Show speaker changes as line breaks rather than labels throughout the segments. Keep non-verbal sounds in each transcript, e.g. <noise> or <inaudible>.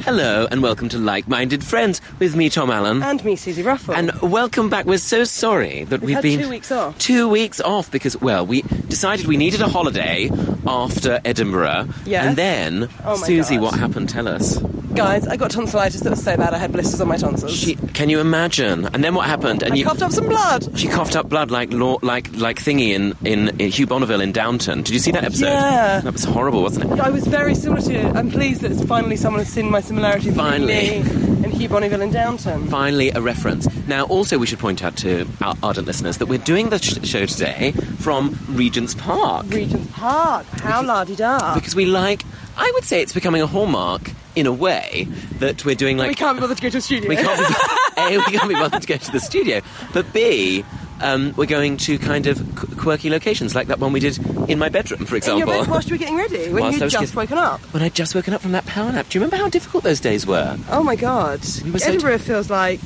Hello, and welcome to Like Minded Friends with me, Tom Allen.
And me, Susie Ruffle.
And welcome back. We're so sorry that
Oh.
we've,
We've had
been
two weeks off.
Two weeks off because well, we decided we needed a holiday after Edinburgh.
Yes.
And then
Oh my
Susie,
God.
what happened? Tell us.
guys, I got tonsillitis that was so bad I had blisters on my tonsils.
She, can you imagine? And then what happened? And
I
you
coughed up some blood.
She coughed up blood like law, like like thingy in, in in Hugh Bonneville in Downton. Did you see that episode?
Yeah.
That was horrible, wasn't it?
I was very similar to you. I'm pleased that it's finally someone has seen my similarity between
Finally.
me and Hugh Bonneville in Downton.
Finally, a reference. Now, also, we should point out to our ardent listeners that we're doing the sh- show today from Regent's Park.
Regent's Park. How la di da.
because we like I would say it's becoming a hallmark in a way that we're doing like
We can't be bothered to go to a studio.
we can't
<laughs>
be, <laughs> A, we can't be bothered to go to the studio but B um, we're going to kind of qu- quirky locations like that one we did in my bedroom for
in your
example
bed whilst you were getting ready, when
Whilst I
you'd
was
just
getting-
woken up.
when I'd just woken up from that power nap do you remember how difficult those days were
Oh my god.
were so-
Edinburgh feels like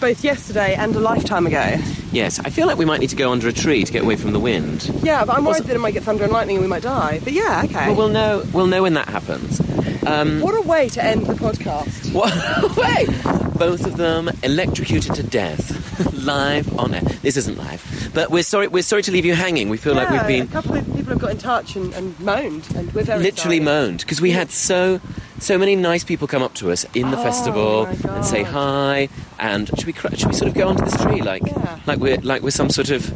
both yesterday and a lifetime ago.
yes I feel like we might need to go under a tree to get away from the wind
Yeah, but I'm worried
Also-
that it might get thunder and lightning and we might die. But yeah, okay.
well, we'll know we'll know when that happens
what a way to end the podcast.
What? <laughs> Wait! Both of them electrocuted to death, <laughs> live on air. This isn't live, but we're sorry. We're sorry to leave you hanging. We feel like
Yeah,
we've
A
been
couple of people have got in touch and, and moaned, and we're very
literally
sorry.
moaned because we had so so many nice people come up to us in the
Oh,
festival
my
and say
God.
hi. And should we cr- should we sort of go onto this tree like
Yeah.
like we're like we're some sort of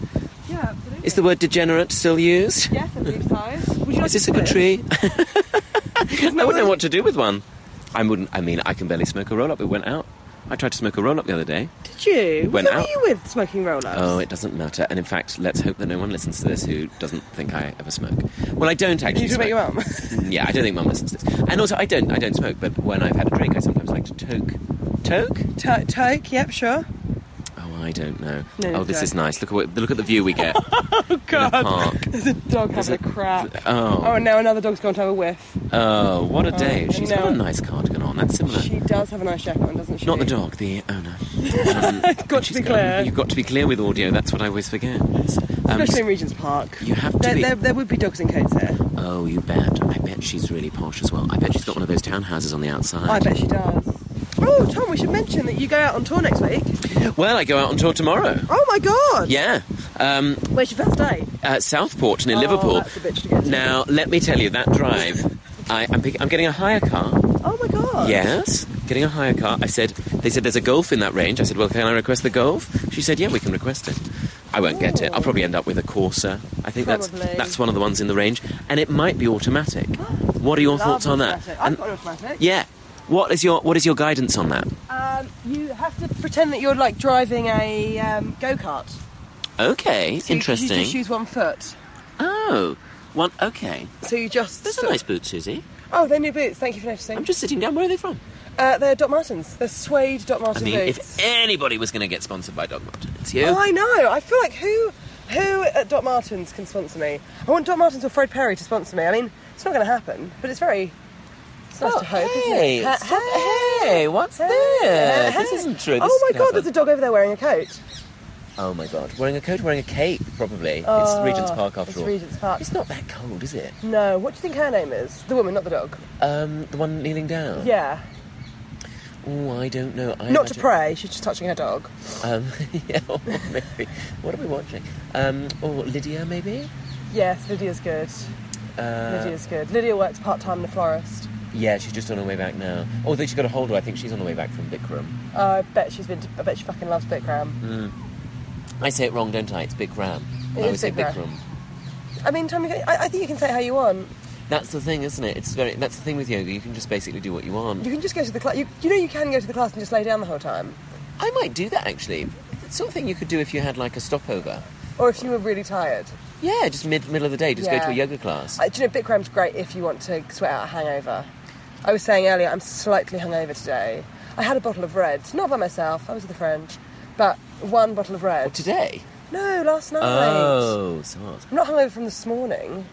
Yeah, absolutely.
is the word degenerate still used?
Yes, I believe so. Would you like
Is this
to
a good
sit?
tree? <laughs> I wouldn't know
Another-
what to do with one. I wouldn't. I mean, I can barely smoke a roll up. It went out. I tried to smoke a roll up the other day.
Did you?
Went
Who were
out.
you with smoking roll-ups?
Oh, it doesn't matter. And in fact, let's hope that no one listens to this who doesn't think I ever smoke. Well, I don't
Did
actually.
you talk about your mum?
your mum? Yeah, I don't think mum listens to this. And also, I don't. I don't smoke. But when I've had a drink, I sometimes like to toke. Toke?
<laughs> To- Toke, yep, sure.
Oh, I don't know.
No,
oh, this
don't.
is nice. Look at what, look at the view we get.
Oh,
In a park.
<laughs> There's a dog
There's
having a, crap. Oh,
Oh,
and now another dog's gone to have a whiff.
oh, what a day!
Oh,
She's
no.
got a nice cardigan on. That's similar.
She does have a nice jacket on, doesn't she?
Not the dog, the owner.
got to
She's
be
got-
clear.
You've got to be clear with audio. That's what I always forget. Um,
Especially in Regent's Park.
you have to
There,
be.
there, there would be dogs in coats there.
Oh, you bet. I bet she's really posh as well. I bet she's got one of those townhouses on the outside.
I bet she does. Oh, Tom, we should mention that you go out on tour next week.
Well, I go out on tour tomorrow.
Oh my god!
Yeah, um,
Where's your first date?
at Southport near
Oh,
Liverpool.
that's a bitch to get to.
Now, let me tell you, that drive, I, I'm, pick, I'm getting a hire car.
Oh my god!
Yes, getting a hire car. I said, they said there's a Golf in that range. I said, well, can I request the Golf? She said, yeah, we can request it. I won't get it. I'll probably end up with a Corsa. I think
Probably. Oh,
that's that's one of the ones in the range, and it might be automatic. What are your
Love
thoughts on that?
automatic. I've
And-
got an automatic.
yeah. What is your what is your guidance on that?
Um, you have to pretend that you're like driving a um, go kart.
Okay, interesting.
You, you just use one foot.
oh, one. Okay,
So you just.
those are
sort-
nice boots, Susie.
Oh, they're new boots. Thank you for noticing.
I'm just sitting down. Where are they from?
Uh, they're Doc Martens. They're suede Doc
I
Martens
mean,
boots.
if anybody was going to get sponsored by Dog Martin, it's you.
oh, I know. I feel like who, who at Doc Martens can sponsor me? I want Doc Martens or Fred Perry to sponsor me. I mean, it's not going to happen, but it's very. It's nice
Oh,
to hope,
hey,
isn't it?
stop- hey, what's
Hey,
this?
hey.
This isn't true. This
oh my
could
god,
happen.
there's a dog over there wearing a coat.
Oh my god, wearing a coat, wearing a cape, probably.
Oh,
it's Regent's Park after all.
It's Regent's Park.
It's not that cold, is it?
No, what do you think her name is? The woman, not the dog.
Um, the one kneeling down.
Yeah.
Oh, I don't know. I
Not to
imagine-
pray, she's just touching her dog.
Um, <laughs> yeah, or maybe. What are we watching? Um, or Lydia, maybe.
Yes, Lydia's good.
Uh,
Lydia's good. Lydia works part time in the florist.
Yeah, she's just on her way back now. Although she got a hold of, I think she's on her way back from Bikram.
Uh, I bet she's been. To, I bet she fucking loves Bitgram.
I say it wrong, don't I? It's Bikram.
It
I
is
always say
Bikram.
Bikram. Mm.
I mean, Tommy, I, I think you can say it how you want.
That's the thing, isn't it? It's very. That's the thing with yoga. You can just basically do what you want.
You can just go to the class. You, you know, you can go to the class and just lay down the whole time.
I might do that actually. It's sort of thing you could do if you had like a stopover.
Or if you were really tired.
Yeah, just mid middle of the day, just go to a
Yeah.
yoga class.
Uh, do you know, Bitgram's great if you want to sweat out a hangover. I was saying earlier, I'm slightly hungover today. I had a bottle of red, not by myself, I was with a friend, but one bottle of red.
Today.
No, last night.
Oh, smart.
I'm not hungover from this morning.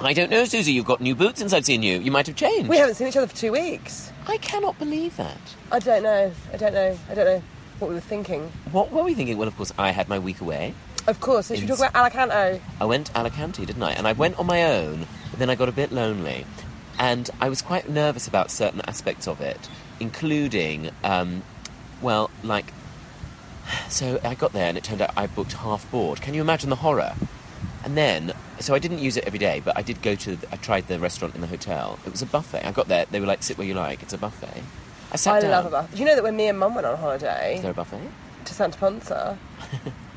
I don't know, Susie. You've got new boots since I've seen you. You might have changed.
We haven't seen each other for two weeks.
I cannot believe that.
I don't know. I don't know. I don't know what we were thinking.
What were we thinking? Well, of course, I had my week away.
Of course, so should we talk
Ins-
about Alicanto?
I went Alicante, didn't I? And I went on my own. But then I got a bit lonely. and I was quite nervous about certain aspects of it, including, um, well, like, <sighs> so I got there and it turned out I booked half board. Can you imagine the horror? And then, so I didn't use it every day, but I did go to, I tried the restaurant in the hotel. It was a buffet. I got there, they were like, sit where you like, it's a buffet. I sat
I
down.
love a buffet. You know that when me and Mum went on holiday
Is there a buffet?
to
<laughs>
Santa Ponsa,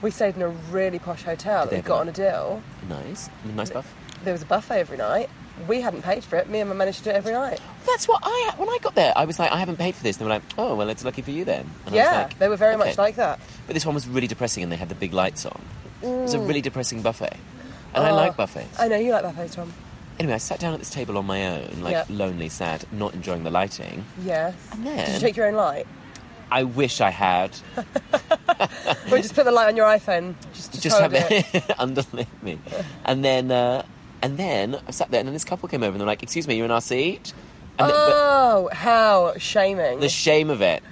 we stayed in a really posh hotel that
they
we
have
got
a-
on a deal.
Nice. Nice buff.
There was a buffet every night. We hadn't paid for it. Me and Mum managed to do it every night.
That's what I, when I got there, I was like, I haven't paid for this. They were like, oh, well, it's lucky for you then. And I was
yeah,
like,
they were very
okay.
much like that.
But this one was really depressing and they had the big lights on. It was a really depressing buffet. And I
Mm. Oh,
like buffets.
I know you like buffets, Tom.
Anyway, I sat down at this table on my own, like
Yep.
lonely, sad, not enjoying the lighting.
Yes.
And then-
Did you take your own light?
I wish I had
<laughs> Or you just put the light on your iPhone? Just, just,
just have
hold it. <laughs>
it <laughs> underneath me. And then, uh, and then I sat there, and then this couple came over, and they're like, "Excuse me, you're in our seat." And the- but
Oh, how shaming.
the shame of it.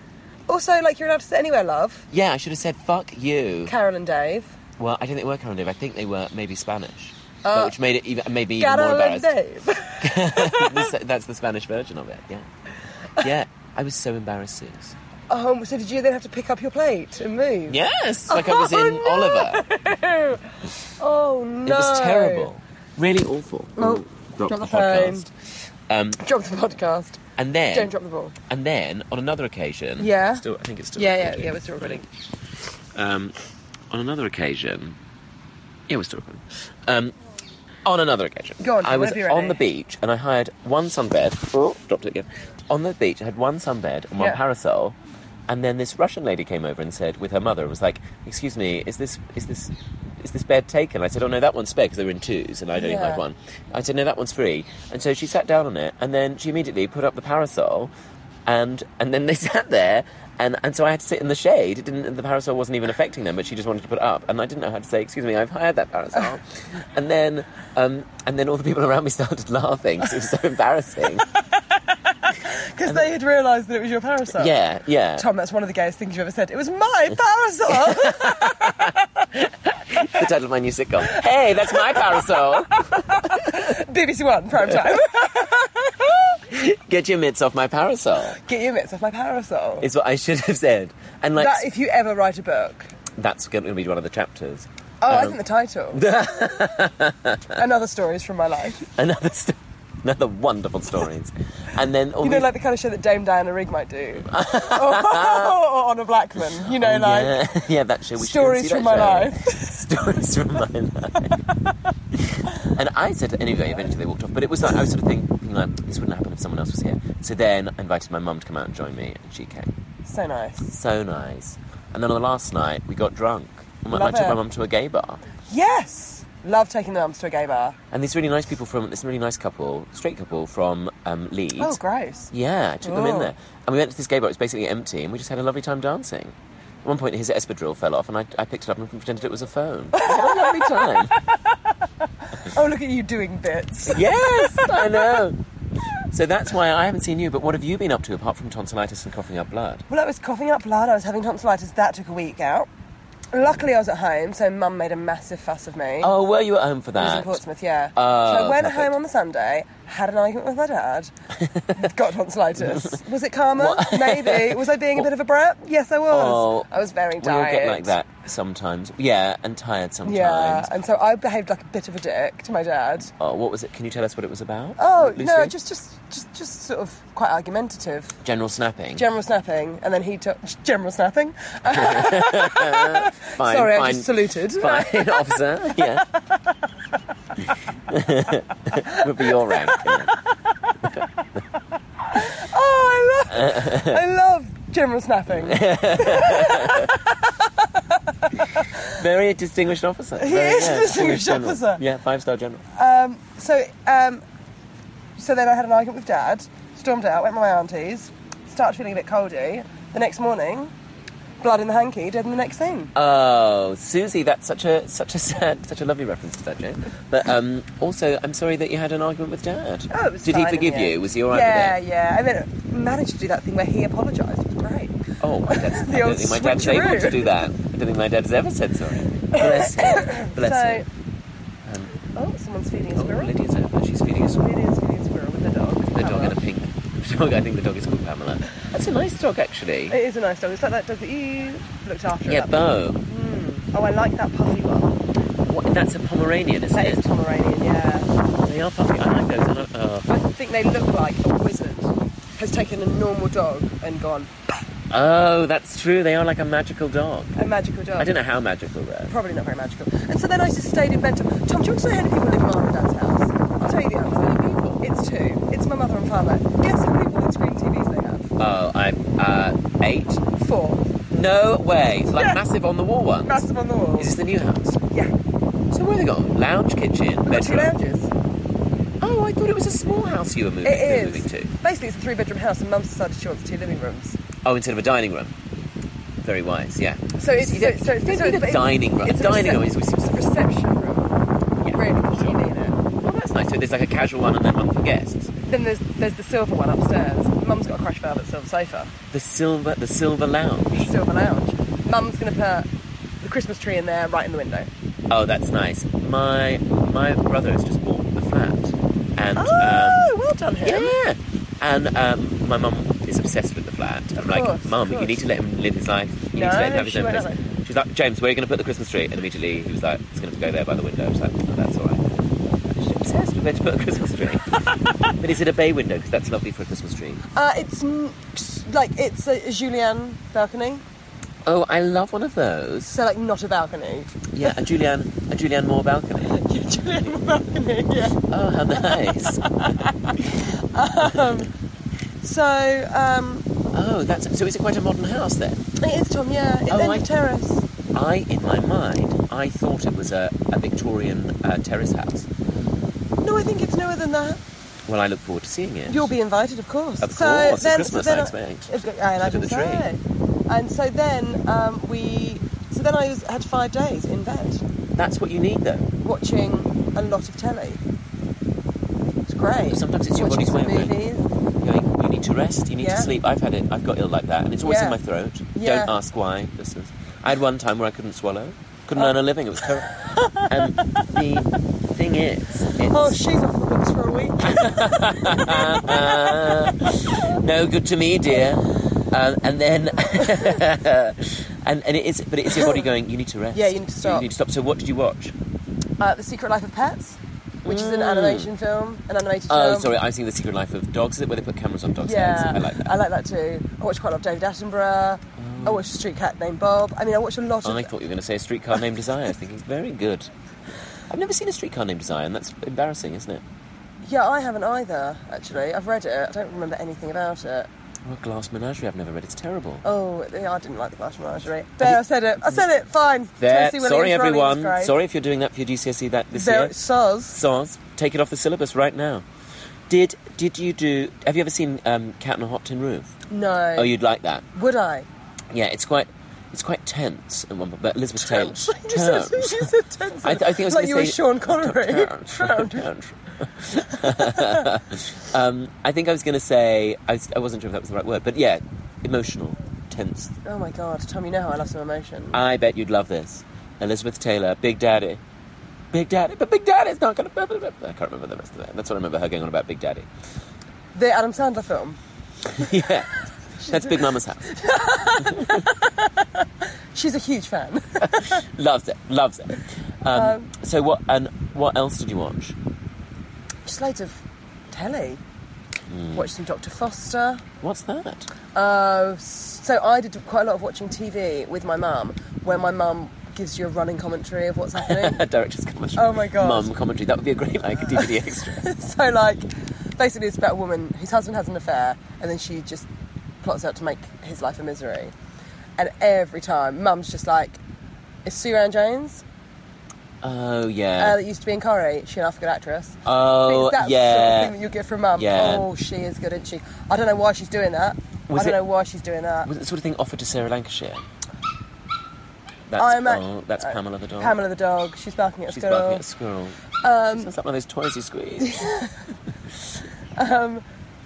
also, like, you're allowed to sit anywhere, love.
Yeah, I should have said, "Fuck you."
Carol and Dave.
Well, I don't think they were Carandive. I think they were maybe Spanish,
Oh.
but which made it even maybe even more
Carol and
embarrassed. <laughs>
Dave. <laughs>
This- That's the Spanish version of it. Yeah, yeah. I was so embarrassed. Suze.
um, so, did you then have to pick up your plate and move?
Yes, like I was in
<laughs> Oh, no.
Oliver.
<laughs> Oh, no.
It was terrible, really awful.
Oh,
Ooh,
drop
dropped
the
Um,
Drop the podcast.
and then
Don't drop the ball.
And then on another occasion,
Yeah.
still, I think it's still
Yeah, yeah, yeah, we're still <laughs> recording.
Um, on another occasion, yeah, we're still recording. Um, on another occasion,
Go on,
I was
whenever you're
on
ready.
the beach and I hired one sunbed. Oh, dropped it again. On the beach, I had one sunbed and one
Yeah.
parasol. And then this Russian lady came over and said, with her mother, and was like, "Excuse me, is this is this is this bed taken?" I said, "Oh no, that one's spare because they were in twos, and I'd only
Yeah.
had one." I said, "No, that one's free." And so she sat down on it, and then she immediately put up the parasol, and and then <laughs> they sat there, and, and so I had to sit in the shade. It didn't the parasol wasn't even affecting them, but she just wanted to put it up, and I didn't know how to say, "Excuse me, I've hired that
<laughs>
parasol," and then um, and then all the people around me <laughs> started laughing 'cause it was so embarrassing.
Because they had realised that it was your parasol.
yeah, yeah.
Tom, that's one of the gayest things you've ever said. It was my
<laughs>
parasol.
the title of my new sitcom. Hey, that's my parasol.
BBC One, prime time. <laughs>
Get your mitts off my parasol.
Get your mitts off my parasol.
Is what I should have said. And like
that if you ever write a book.
that's going to be one of the chapters.
Oh, I
Um,
think the
<laughs>
title. Another stories from my life.
Another st- another wonderful stories. And then all
You know,
these-
like the kind of show that Dame Diana Rigg
<laughs>
might do, or, or <laughs> Honor Blackman. You know, like
Oh, yeah, <laughs> yeah, that show. We should go and see
stories from my
that show.
life.
<laughs> stories from my life. and I said, anyway, eventually they walked off. But it was like, I was sort of thinking, like, this wouldn't happen if someone else was here. So then I invited my mum to come out and join me, and she came.
so nice.
So nice. And then on the last night, we got drunk. And I
Love
took my
it.
mum to a gay bar.
Yes, love taking the mums to a gay bar.
And these really nice people from, this really nice couple, straight couple from um, Leeds.
Oh, gross.
Yeah, I took them
Oh.
in there. And we went to this gay bar, it was basically empty, and we just had a lovely time dancing. At one point, his espadrille fell off, and I, I picked it up and pretended it was a phone. <laughs> We had a lovely time.
Oh, look at you doing bits.
Yes, I know. So that's why I haven't seen you, but what have you been up to apart from tonsillitis and coughing up blood?
Well, I was coughing up blood. I was having tonsillitis. That took a week out. Luckily, I was at home, so Mum made a massive fuss of me.
Oh, were you at home for
I was in
that?
Portsmouth, yeah.
Oh,
so I went
perfect.
home on the Sunday, had an argument with my dad, got
<laughs>
tonsillitis. Was it karma? Maybe. Was I being a bit of a brat? Yes, I was.
Oh.
I was very
We all
tired.
get like that sometimes. Yeah, and tired sometimes.
Yeah, and so I behaved like a bit of a dick to my dad.
Oh, what was it? Can you tell us what it was about?
Oh no,
Loosely?
just just just just sort of quite argumentative.
general snapping.
General snapping, and then he took <laughs> general snapping.
fine,
Sorry,
fine,
I just saluted.
fine, <laughs> officer.
<laughs>
Yeah, would be your rank.
Oh, I love,
<laughs>
I love general snapping.
Very distinguished officer. He
is a distinguished officer.
Yeah, five star general.
So, um, so then I had an argument with Dad, stormed out, went to my auntie's, started feeling a bit coldy. The next morning, blood in the hanky, dead in the next scene.
Oh, Susie, that's such a such a sad, such a lovely reference to that joke. But um, also, I'm sorry that you had an argument with Dad.
Oh, it was
Did
fine
he
in
forgive
the
you?
end.
Was he all right
yeah,
with
Yeah, I mean, managed to do that thing where he apologised. It was great.
it? Oh, that's, I
<laughs> The old
don't think my dad's able
switcheroo.
to do that. I don't think my dad's ever said sorry.
<laughs>
Bless him. Bless
so, oh, someone's feeding a
him. Oh,
squirrel.
Lydia's over. She's feeding us.
Lydia's feeding a squirrel with her dog.
the dog and a pink <laughs> dog. I think the dog is called Pamela. That's a nice dog, actually.
It is a nice dog. It's like that dog that you looked after.
Yeah,
that one.
Bo.
Oh, I like that puffy one.
What, that's a Pomeranian, isn't
That
it?
is Pomeranian, yeah.
They are puffy. I like those. I don't, oh.
I think they look like a wizard has taken a normal dog and gone,
oh, that's true. They are like a magical dog.
a magical dog.
I don't know how magical they're.
Probably not very magical. And so then I just stayed in bed. Tom, do you want to know how many people live in Mum and Dad's house? I'll tell you the answer. It's two. It's my mother and father. Guess how many wall and screen TVs they have?
Oh, I uh, eight.
Four.
No way. Like
Yeah.
massive on the wall ones.
Massive on the wall.
Is this the new house?
Yeah.
So where they got lounge, kitchen,
We've got two
bedroom.
lounges.
Oh, I thought it was a small house you were moving, you were
It is.
moving to.
Basically, it's a three bedroom house, and Mum's decided she wants two living rooms.
Oh, instead of a dining room. Very wise, yeah.
So it's, so, it's- so it's
You
so
don't need
it's-
a dining room. A
it's
dining
recep-
room is always seems
It's a reception room.
Yeah,
Really, because you
sure.
need it.
Well, that's nice. So there's like a casual one and then one for guests.
Then there's there's the silver one upstairs. Mum's got a crash velvet silver sofa,
The silver, the silver lounge.
silver lounge. Mum's gonna put the Christmas tree in there, right in the window.
Oh, that's nice. My my brother has just bought a flat, and
Oh, well done
um,
him.
yeah, and um, my mum is obsessed with the flat. I'm like,
course, of
mum, you
course.
need to let him live his life. You need
No,
to let him have his
she
own
won't
place. She's like, James, where are you going to put the Christmas tree? And immediately he was like, it's going to go there by the window. I was like, oh, that's all right. She's obsessed with where to put a Christmas tree.
<laughs>
but is it a bay window? Because that's lovely for a Christmas tree.
Uh, it's n- like it's a Julianne balcony,
Oh, I love one of those.
so like not
<laughs>
a balcony.
Yeah, a Julianne, a Julianne Moore
<laughs>
balcony.
Julianne balcony, yeah.
Oh, how nice.
So um,
Oh, that's so. Is it quite a modern house then?
it is Tom. Yeah, it's
Oh,
end
I-
of terrace.
I, in my mind, I thought it was a, a Victorian uh, terrace house.
No, I think it's newer than that.
Well, I look forward to seeing it.
You'll be invited, of course.
Of
so
course, at
then,
Christmas,
so then
I expect.
It's, I
Look at
imagine
the
so.
tree.
And so then um, we, so then I was, had five days in bed
That's what you need, though.
watching a lot of telly. It's great.
Sometimes it's your
watching
body's
some
way of doing-
movies.
Going, you need to rest. You need
Yeah.
to sleep. I've had it. I've got ill like that, and it's always
Yeah.
in my throat.
Yeah.
Don't ask why. Listeners, I had one time where I couldn't swallow.
Oh.
Couldn't earn a living. It
<laughs>
was terrible. and the thing is, it's
Oh, she's off the books for a
<laughs>
week.
no good to me, dear. Um, and then, <laughs> and and it is, but it is your body going. You need to rest.
Yeah, you need to stop.
You need to stop. So what did you watch?
uh, the Secret Life of Pets, which is an
Mm.
animation film, an animated
Oh,
film.
sorry, I've seen The Secret Life of Dogs. Is it where they put cameras on dogs'
Yeah,
heads? I like that.
I like that too. I watch quite a lot of David Attenborough. I watched a street cat named Bob. I mean, I watch a lot of.
I thought you were going to say a streetcar named Desire. I was thinking, very good. I've never seen a streetcar named Desire, and that's embarrassing, isn't it?
Yeah, I haven't either. Actually, I've read it. I don't remember anything about it.
Oh, Glass Menagerie, I've never read. It's terrible.
Oh, yeah, I didn't like the Glass Menagerie. There, I said it. I said it. Fine.
there.
Tennessee Williams,
Sorry,
Ronnie was
everyone.
great.
Sorry if you're doing that for your GCSE E that this
There,
year.
it says.
Sans, take it off the syllabus right now. Did did you do? Have you ever seen um, Cat on a Hot Tin Roof?
Uh, No.
Oh, you'd like that.
Would I?
Yeah, it's quite it's quite tense. at one point, But Elizabeth Taylor.
<laughs> Tense. you said, you
Tense.
said tense.
I th- I think I was
like
gonna
you were
say-
Sean Connery. <laughs>
<laughs>
Tense.
Tense. <laughs> um, I think I was going to say I, was, I wasn't sure if that was the right word, but yeah, emotional, tense.
oh my god, Tom, you know how I love some emotion.
I bet you'd love this. Elizabeth Taylor, Big Daddy. Big Daddy, but Big Daddy's not going to. I can't remember the rest of it. That's what I remember her going on about Big Daddy.
the Adam Sandler film.
<laughs> yeah. That's Big Mama's house.
She's a huge fan. <laughs>
Loves it. Loves it. Um, so what? And what else did you watch?
Just loads of telly.
Hmm.
Watched some Dr. Foster.
What's that?
Uh, so I did quite a lot of watching TV with my mum, where my mum gives you a running commentary of
<laughs>
what's happening.
A director's commentary.
Oh my God.
Mum commentary. That would be a great like
<laughs>
DVD extra.
so like, basically, it's about a woman whose husband has an affair, and then she just plots out to make his life a misery. And every time, mum's just like, "It's Sue Ann Jones
Oh
uh,
yeah.
that used to be in Corrie. She an half good actress."
oh
It's that
yeah.
sort of thing that you get from mum.
Yeah.
Oh, she is good, isn't she? I don't know why she's doing that.
Was
I don't
it-
know why she's doing that.
Was it the sort of thing offered to Sarah Lancashire? That's,
I'm at-
oh, that's
uh,
Pamela the dog.
Pamela the dog. She's barking at a
She's
squirrel.
barking at a squirrel. Um, Sounds like one of those toys you
<laughs>
squeeze.
Um,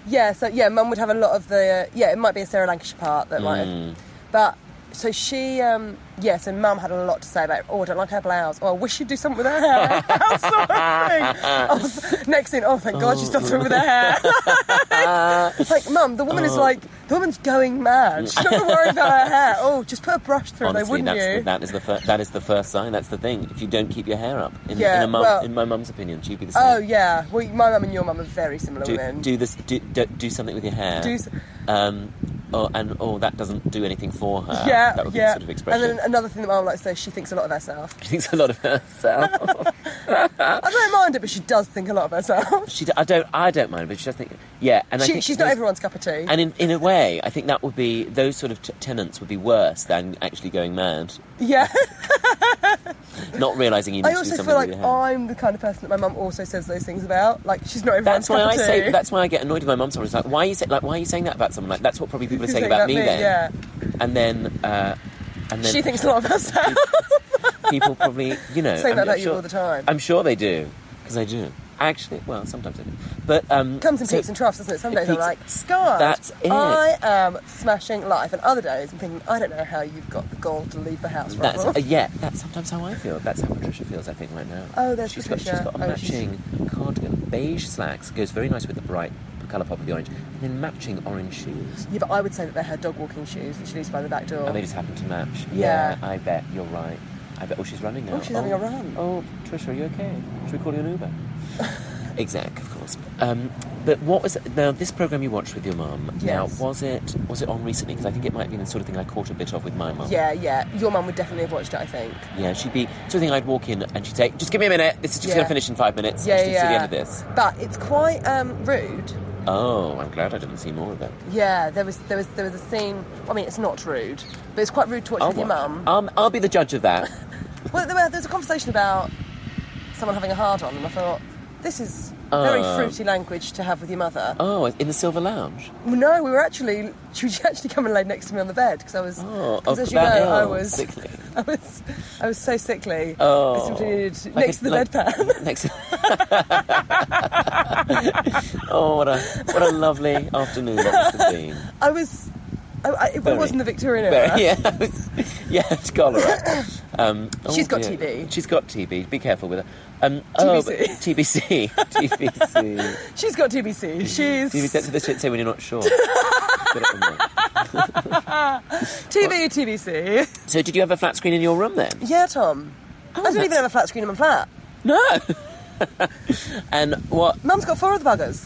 Yeah, so yeah, mum
Mm.
would have a lot of the yeah. It might be a Sarah Lancashire part that might, have, but so she um, yeah, so mum had a lot to say about, oh, I don't like her blouse, oh, I wish she'd do something with her hair, <laughs> that sort of thing. Oh, th- next thing, oh, thank God she's done something with her hair. <laughs> like, mum, the woman
Oh.
is like, the woman's going mad. She's not going to worry about her hair. Oh, just put a brush through there,
Honestly,
wouldn't
that's
you?
the, that is the fir- that is the first sign. That's the thing. If you don't keep your hair up, in,
Yeah,
in, a mum,
well-
in my mum's opinion, she'd be the same.
oh, yeah. Well, my mum and your mum are very similar
do,
women.
do this. Do, do, do something with your hair.
Do s-
um, oh, and oh, that doesn't do anything for her.
yeah,
that would be
yeah.
the sort of expression.
And then another thing that my mum likes to say, she thinks a lot of herself.
<laughs> she thinks a lot of herself.
<laughs>
Uh,
I don't mind it, but she does think a lot of herself.
she, d- I don't, I don't mind, but she does think. Yeah, <laughs> and I
She,
think
she's not
those-
everyone's cup of tea.
And in, in a way, I think that would be those sort of t- tenants would be worse than actually going mad,
yeah.
not realizing you need
I
to do
also
something
feel like
with your hair.
I'm the kind of person that my mum also says those things about. Like she's not everyone's
That's why
cup
I
of tea.
say. That's why I get annoyed with my mum. Sometimes like, why are you say, like, why are you saying that about someone? Like, that's what probably people are
She's
saying
saying
about
about
me,
me,
then.
yeah.
And then, uh, and then
she thinks a lot
<laughs>
of herself.
people probably, you
<laughs>
know,
Saying that
I'm- I'm
about you all the time.
I'm sure they do because I do. Actually, well, sometimes I do. But um,
Comes in
so-
peaks and troughs, doesn't it? Some
It
days I'm
peaks-
like, Sky,
That's it.
I am smashing life, and other days I'm thinking, I don't know how you've got the gall to leave the house.
That's
Russell."
uh, yeah. That's sometimes how I feel. That's how Patricia feels. I think right now.
Oh, there's
she's Got, she's
Patricia.
got a
Oh, she's-
matching cardigan, beige slacks. Goes very nice with the bright colour pop of the orange, and then matching orange shoes.
<laughs> yeah, but I would say that they're her dog walking shoes that she leaves by the back door.
And they just happen to match.
Yeah.
I bet you're right. I bet. Oh, she's running now.
Oh, she's having a run.
Oh, Patricia, are you okay? Should we call you an Uber? <laughs> exact, of course. Um, but what was now this program you watched with your mum?
Yes.
Now was it was it on recently? Because I think it might have been the sort of thing I caught a bit of with my mum.
yeah, yeah. Your mum would definitely have watched it, I think.
Yeah, she'd be sort of thing I'd walk in and she'd say, "Just give me a minute. This is just
Yeah.
going to finish in five minutes.
Yeah,
I just need to see the
yeah.
end of this."
But it's quite um, rude.
Oh, I'm glad I didn't see more of it.
Yeah, there was there was there was a scene. I mean, it's not rude, but it's quite rude to watch
I'll
with your
watch.
mum.
Um, I'll be the judge of that.
Well, there, were- there was a conversation about someone having a hard on, and I thought this is very
Um.
fruity language to have with your mother.
oh, in the silver lounge.
Well, no, we were actually <laughs> she was actually come and lay next to me on the bed because I was <laughs>
Oh,
because
oh,
as you know
that
I
ill,
was
sickly.
<laughs> I was I was so sickly.
Oh,
I simply needed
Like
next
a-
to the
like-
bedpan.
<laughs> Next. to- <laughs> oh, what a what a lovely afternoon that must have
<laughs>
been.
I was. I, I, it
Very-
wasn't the Victorian era.
Very, yeah, it was- yeah, <laughs> it's cholera. Um,
She's got
dear.
TB.
She's got TB. Be careful with her. Um, oh, but- <laughs> TBC. TBC.
She's got
<laughs>
TBC. She's
You accept the shit say when you're not
<laughs>
sure.
TB TBC.
so, did you have a flat screen in your room then?
Yeah, Tom. I don't
Oh, that's-
even have a flat screen in my flat.
No. <laughs> and what?
Mum's got four of the buggers.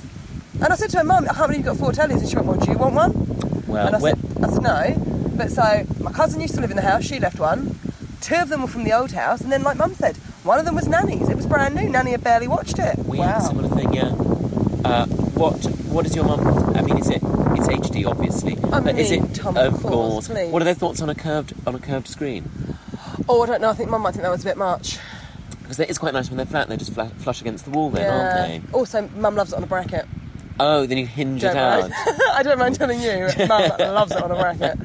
And I said to her, Mum, I can't believe you've got four tellies. And she went, Well, do you want one?
Well,
and I
where-
said, I said, No. But so my cousin used to live in the house, she left one. Two of them were from the old house. And then, like Mum said, one of them was Nanny's. It was brand new. Nanny had barely watched it.
we had a
wow.
similar thing, yeah. Uh, what? What is your mum? I mean, is it? It's HD, obviously.
I
but is
mean,
it?
Tom,
of
of course, please.
What are their thoughts on a curved on a curved screen?
Oh, I don't know. I think Mum might think that was a bit much.
Because it's quite nice when they're flat. They're just flat, flush against the wall, then, aren't they?
Also, Mum loves it on a bracket.
Oh, then you hinge it
Don't
out.
<laughs> mind. I don't mind telling you.
<laughs>
Mum loves it on a bracket.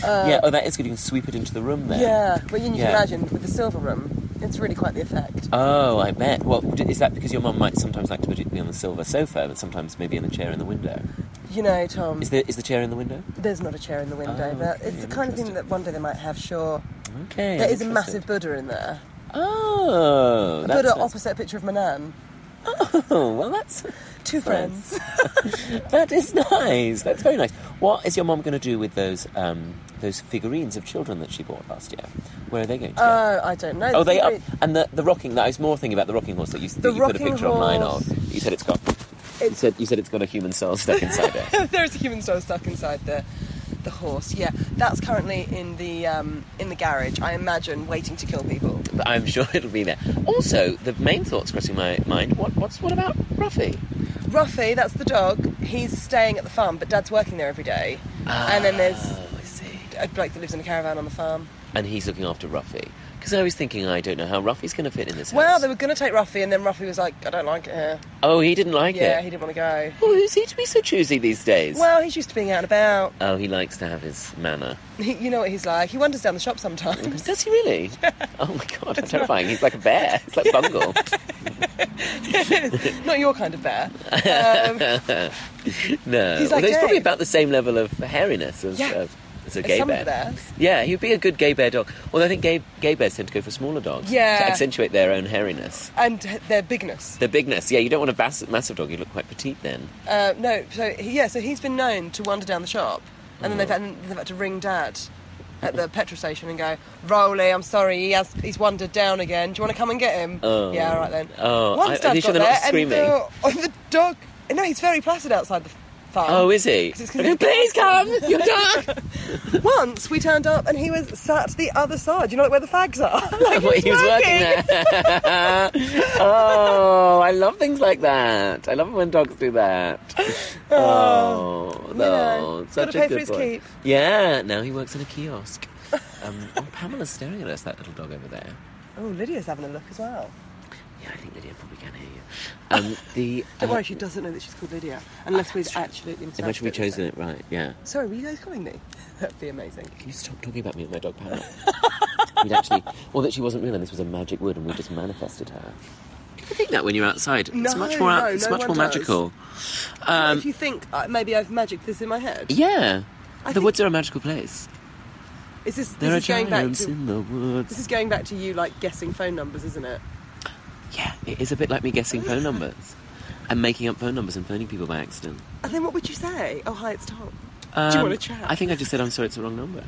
yeah. Oh, that is good. You can sweep it into the room there.
Uh, Yeah. But you can
Yeah.
imagine with the silver room, it's really quite the effect.
Oh, I bet. Well, d- is that because your mum might sometimes like to put it on the silver sofa, but sometimes maybe in the chair in the window?
You know, Tom.
Is the is the chair in the window?
There's not a chair in the window,
Oh,
but
okay,
it's the kind of thing
interesting.
that one day they might have, sure.
Okay.
there
I'm
Mm-hmm. is a
interested.
massive Buddha in there.
Oh,
A
that's
Buddha
nice.
opposite a picture of my nan.
Oh, well, that's
Two
Friends.
friends.
<laughs> that is nice. That's very nice. What is your mum going to do with those um, those figurines of children that she bought last year? Where are they going to? go?
Oh, I don't know.
Oh, they are,
It's-
and the, the rocking. That I was more thinking about the rocking horse that you, that
The
you put a
rocking
picture online
horse.
of. You said it's got. you
It's-
said you said it's got a human soul stuck inside
<laughs>
it.
<laughs> there is a human soul stuck inside the the horse. Yeah, that's currently in the um, in the garage. I imagine waiting to kill people.
But I'm sure it'll be there. Also, the main thoughts crossing my mind: what what's what about Ruffy?
Ruffy, that's the dog. He's staying at the farm, but Dad's working there every day. and then there's
Oh, I see.
a bloke that lives in a caravan on the farm.
And he's looking after Ruffy because I was thinking I don't know how Ruffy's going to fit in this house.
Well, they were going to take Ruffy, and then Ruffy was like, "I don't like it here."
oh, he didn't like
Yeah,
it.
he didn't want to go.
Well, who's he to be so choosy these days?
Well, he's used to being out and about. <laughs>
oh, he likes to have his manner.
He, you know what he's like. He wanders down the shop sometimes. <laughs>
Does he really? Oh my god, how terrifying! He's like a bear.
<laughs>
It's like Bungle.
Not your kind of bear. Um,
<laughs> no,
He's like
although he's probably
Dave.
about the same level of hairiness as.
Yeah.
Uh, as a
As
gay
some of
bear.
theirs.
Yeah, he'd be a good gay bear dog. Although I think gay gay bears tend to go for smaller dogs
Yeah.
to accentuate their own hairiness,
and h- their bigness.
their bigness. Yeah, you don't want a bass- massive dog; you look quite petite then.
Uh, no, so he- yeah, so he's been known to wander down the shop, and then they've had, they've had to ring dad at the petrol station and go, Rowley, I'm sorry, he has he's wandered down again. Do you want to come and get him?
Oh.
Yeah, all right then.
Oh, I-
Once
at
Dad
least
got
you're not
there,
screaming.
And the, <laughs> the dog, no, he's very placid outside the farm.
Oh, is he?
<laughs> 'Cause it's 'cause
Okay, <laughs> Please
it's-
come,
<laughs>
your dog.
Once we turned up and he was sat the other side. You know like, where the fags are. <laughs>
<laughs>
like,
Well, he was working there. <laughs> oh, I love things like that. I love it when dogs do that. Oh, no,
you know,
such
gotta
a
pay
good
for his
boy.
keep.
Yeah, now he works in a
<laughs>
kiosk. Um, oh, Pamela's staring at us. That little dog over there.
Oh, Lydia's having a look as well.
Yeah, I think Lydia probably can hear
<laughs>
you. Um, the
Don't
uh,
worry, she doesn't know that she's called Lydia, unless we've
that's true.
absolutely.
Imagine we
interrupted it.
chosen it right. Yeah.
Sorry, were you guys calling me? <laughs> That'd be amazing.
Can you stop talking about me and my dog Pamela? <laughs> We'd actually, or that she wasn't real and this was a magic word and we just manifested her. You think that when you're outside, it's
No,
much more out-
no,
it's
no
much
one
more
does.
magical.
if you think uh, maybe I've magicked this in my head,
Um, Yeah,
I
the
think-
woods are a magical place.
is this,
There
this is
are
going back
giants
to
in the woods.
this is going back to you like guessing phone numbers, isn't it?
Yeah, it is a bit like me guessing phone numbers and making up phone numbers and phoning people by accident.
And then what would you say? Oh hi, it's Tom.
Um,
Do you want to chat?
I think I just said I'm sorry, it's the wrong number.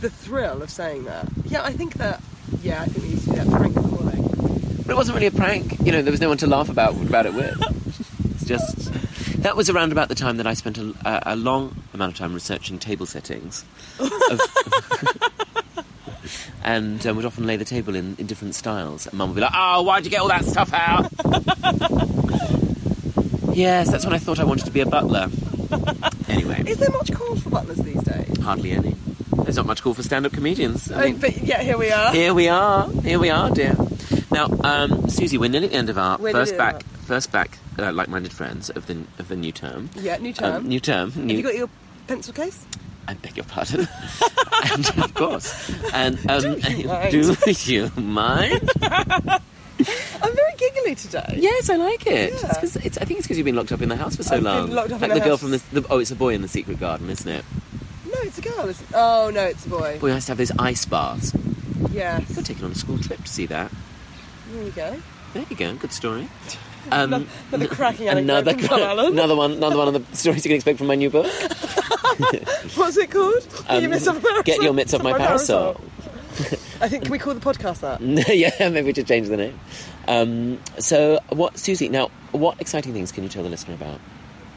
the thrill of saying that. Yeah, I think that. Yeah, I think we used to do that prank calling.
But it wasn't really a prank. You know, there was no one to laugh about about it with. It's just that was around about the time that I spent a, a, a long amount of time researching table settings, of, <laughs> and um, would often lay the table in, in different styles. And Mum would be like, "Oh, why'd you get all that stuff out?" <laughs> yes, that's when I thought I wanted to be a butler. Anyway,
Is there much call for butlers these days?
hardly any. There's not much call for stand-up comedians. I
Oh,
mean,
but yeah, here we are.
here we are. Here we are, dear. Now, um, Susie, we're nearly at the end of our
We're
first
nearly at the
back, first back, uh, like-minded friends of the of the new term.
Yeah, new term.
Um, new term. New,
Have you got your pencil case?
I beg your pardon. <laughs> and of course, and um,
Do you
<laughs>
mind?
do you
<laughs>
mind?
I'm very giggly today.
yes, I like it. It's
Yeah.
'cause it's, I think it's because you've been locked up in the house for so
I've been
long.
locked up
like
in the
girl
house.
from the, the. Oh, it's a boy in the secret garden, isn't it?
No, it's a girl. It's, oh no, it's a boy.
We used to have those ice bars.
Yeah.
You're taken on a school trip to see that.
There you go.
There you go. Good
<laughs>
story. Um,
Another cracking anecdote
another
from Tom Allen.
another one another one of the stories you can expect from my new book
What's it called? Get
Um,
your mitts off my
get your mitts off my parasol. <laughs> Mm.
I think can we call the podcast that?
yeah maybe we should change the name um, so what susie now what exciting things can you tell the listener about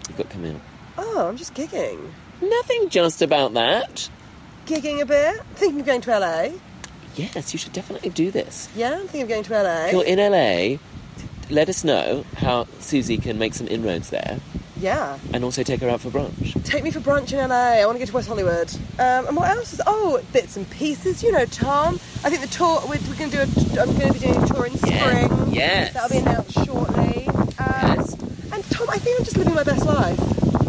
you've got coming up
Oh, I'm just gigging,
nothing just about that
gigging a bit. Thinking of going to LA.
yes you should definitely do this
Yeah, I'm thinking of going to LA.
if you're in la let us know how susie can make some inroads there
Yeah,
and also take her out for brunch
take me for brunch in LA. I want to go to West Hollywood. Um, and what else is? Oh, bits and pieces. You know, Tom. I think the tour. We're, we're going to do. A, I'm going to be doing a tour in
Yes,
spring.
yes.
That'll be announced shortly. Um,
Yes.
And Tom, I think I'm just living my best life.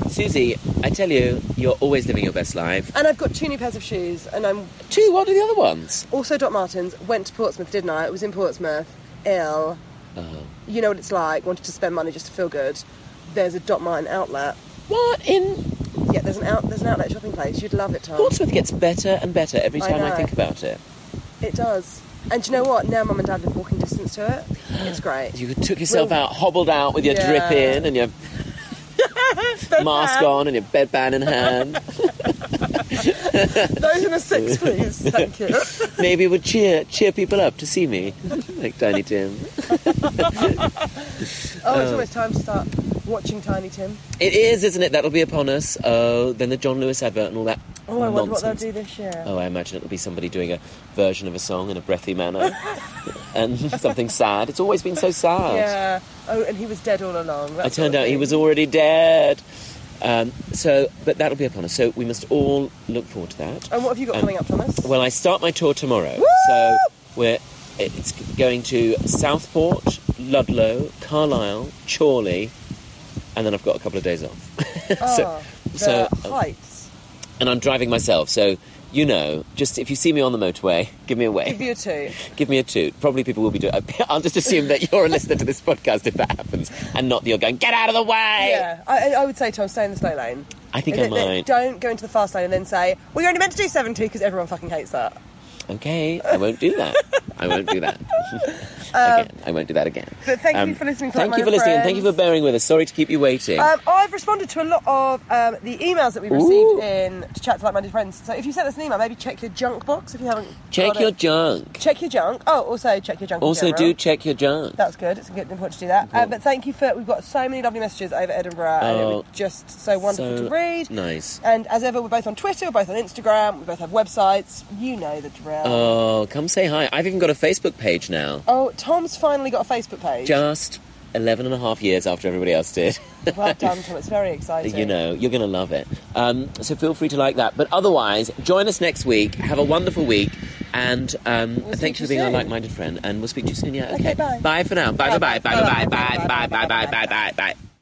susie i tell you you're always living your best life
And I've got two new pairs of shoes, and I'm
two what are the other ones
Also, Doc Martens went to Portsmouth, didn't I? It was in Portsmouth, ill.
oh.
You know what it's like. Wanted to spend money just to feel good. There's a Doc Marten outlet.
what in
Yeah, there's an out. There's an outlet shopping place. You'd love it, Tom.
Portsmouth gets better and better every
I
time I,
know.
think about it.
It does. And do you know what? Now Mum and Dad live walking distance to it. It's great.
You took yourself
Well-
out, hobbled out with your
Yeah.
drip in
<laughs>
and your mask
Bedpan.
on and your bedpan in
<laughs>
hand.
<gasps> Those are the <laughs> six, please. Thank you.
Maybe would cheer cheer people up to see me, like Tiny Tim.
Oh, it's almost time to start watching Tiny Tim.
It is, isn't it? That'll be upon us. Oh, then the John Lewis advert and all that.
Oh, I wonder what they'll
nonsense.
do this year.
Oh, I imagine it'll be somebody doing a version of a song in a breathy
<laughs>
manner and something sad. It's always been so sad.
Yeah. Oh, and he was dead all along. that
I
sort
turned
of
out he
thing.
was already dead. Um, so, but that'll be upon us. So we must all look forward to that.
And what have you got
Um,
coming up, Thomas?
Well, I start my tour tomorrow. So we're it's going to Southport, Ludlow, Carlisle, Chorley, and then I've got a couple of days off. <laughs>
Ah,
so,
the
so
heights.
and I'm driving myself. So you know, just if you see me on the motorway, give me a wave.
Give <laughs> you a two.
Give me a toot. Probably people will be doing. <laughs> I'll just assume that you're a listener to this podcast if that happens, and not that you're going. Get out of the way.
Yeah, I, I would say to him, stay in the slow lane.
I think I
Th- th-
might.
Don't go into the fast lane and then say, well, you're only meant to do 70 because everyone fucking hates that.
Okay, I won't do that. I won't do
<laughs>
that. again, I won't do that again.
Um, But thank
Um,
you for listening to
Thank
Like
you for
Minded
listening. and Thank you for
Friends.
bearing with us. Sorry to keep you waiting.
Um, I've responded to a lot of um, the emails that we've received
Ooh.
in to chat to like-minded friends. So if you sent us an email, maybe check your junk box if you haven't.
check
got
your
it.
junk.
check your junk. Oh, also check your junk. in
Also,
general.
do check your junk.
That's good. It's a good important to do that. Um, but thank you for. We've got so many lovely messages over Edinburgh, and it
Oh,
was just so wonderful
so
to read.
Nice.
And as ever, we're both on Twitter, we're both on Instagram, we both have websites. You know the drill.
Oh, come say hi. I've even got a Facebook page now.
oh, Tom's finally got a Facebook page.
Just 11 and a half years after everybody else did. <laughs>
well done, Tom. It's very exciting.
you know, you're going to love it. Um, so feel free to like that. But otherwise, join us next week. Have a wonderful week. And um,
We'll
thank
speak
you for
to you
being our
soon.
like minded friend. And we'll speak to you soon. Yeah,
Okay,
okay.
bye.
Bye for now. Bye, bye, bye, bye, bye, bye, bye, bye, bye, bye, bye, bye, bye.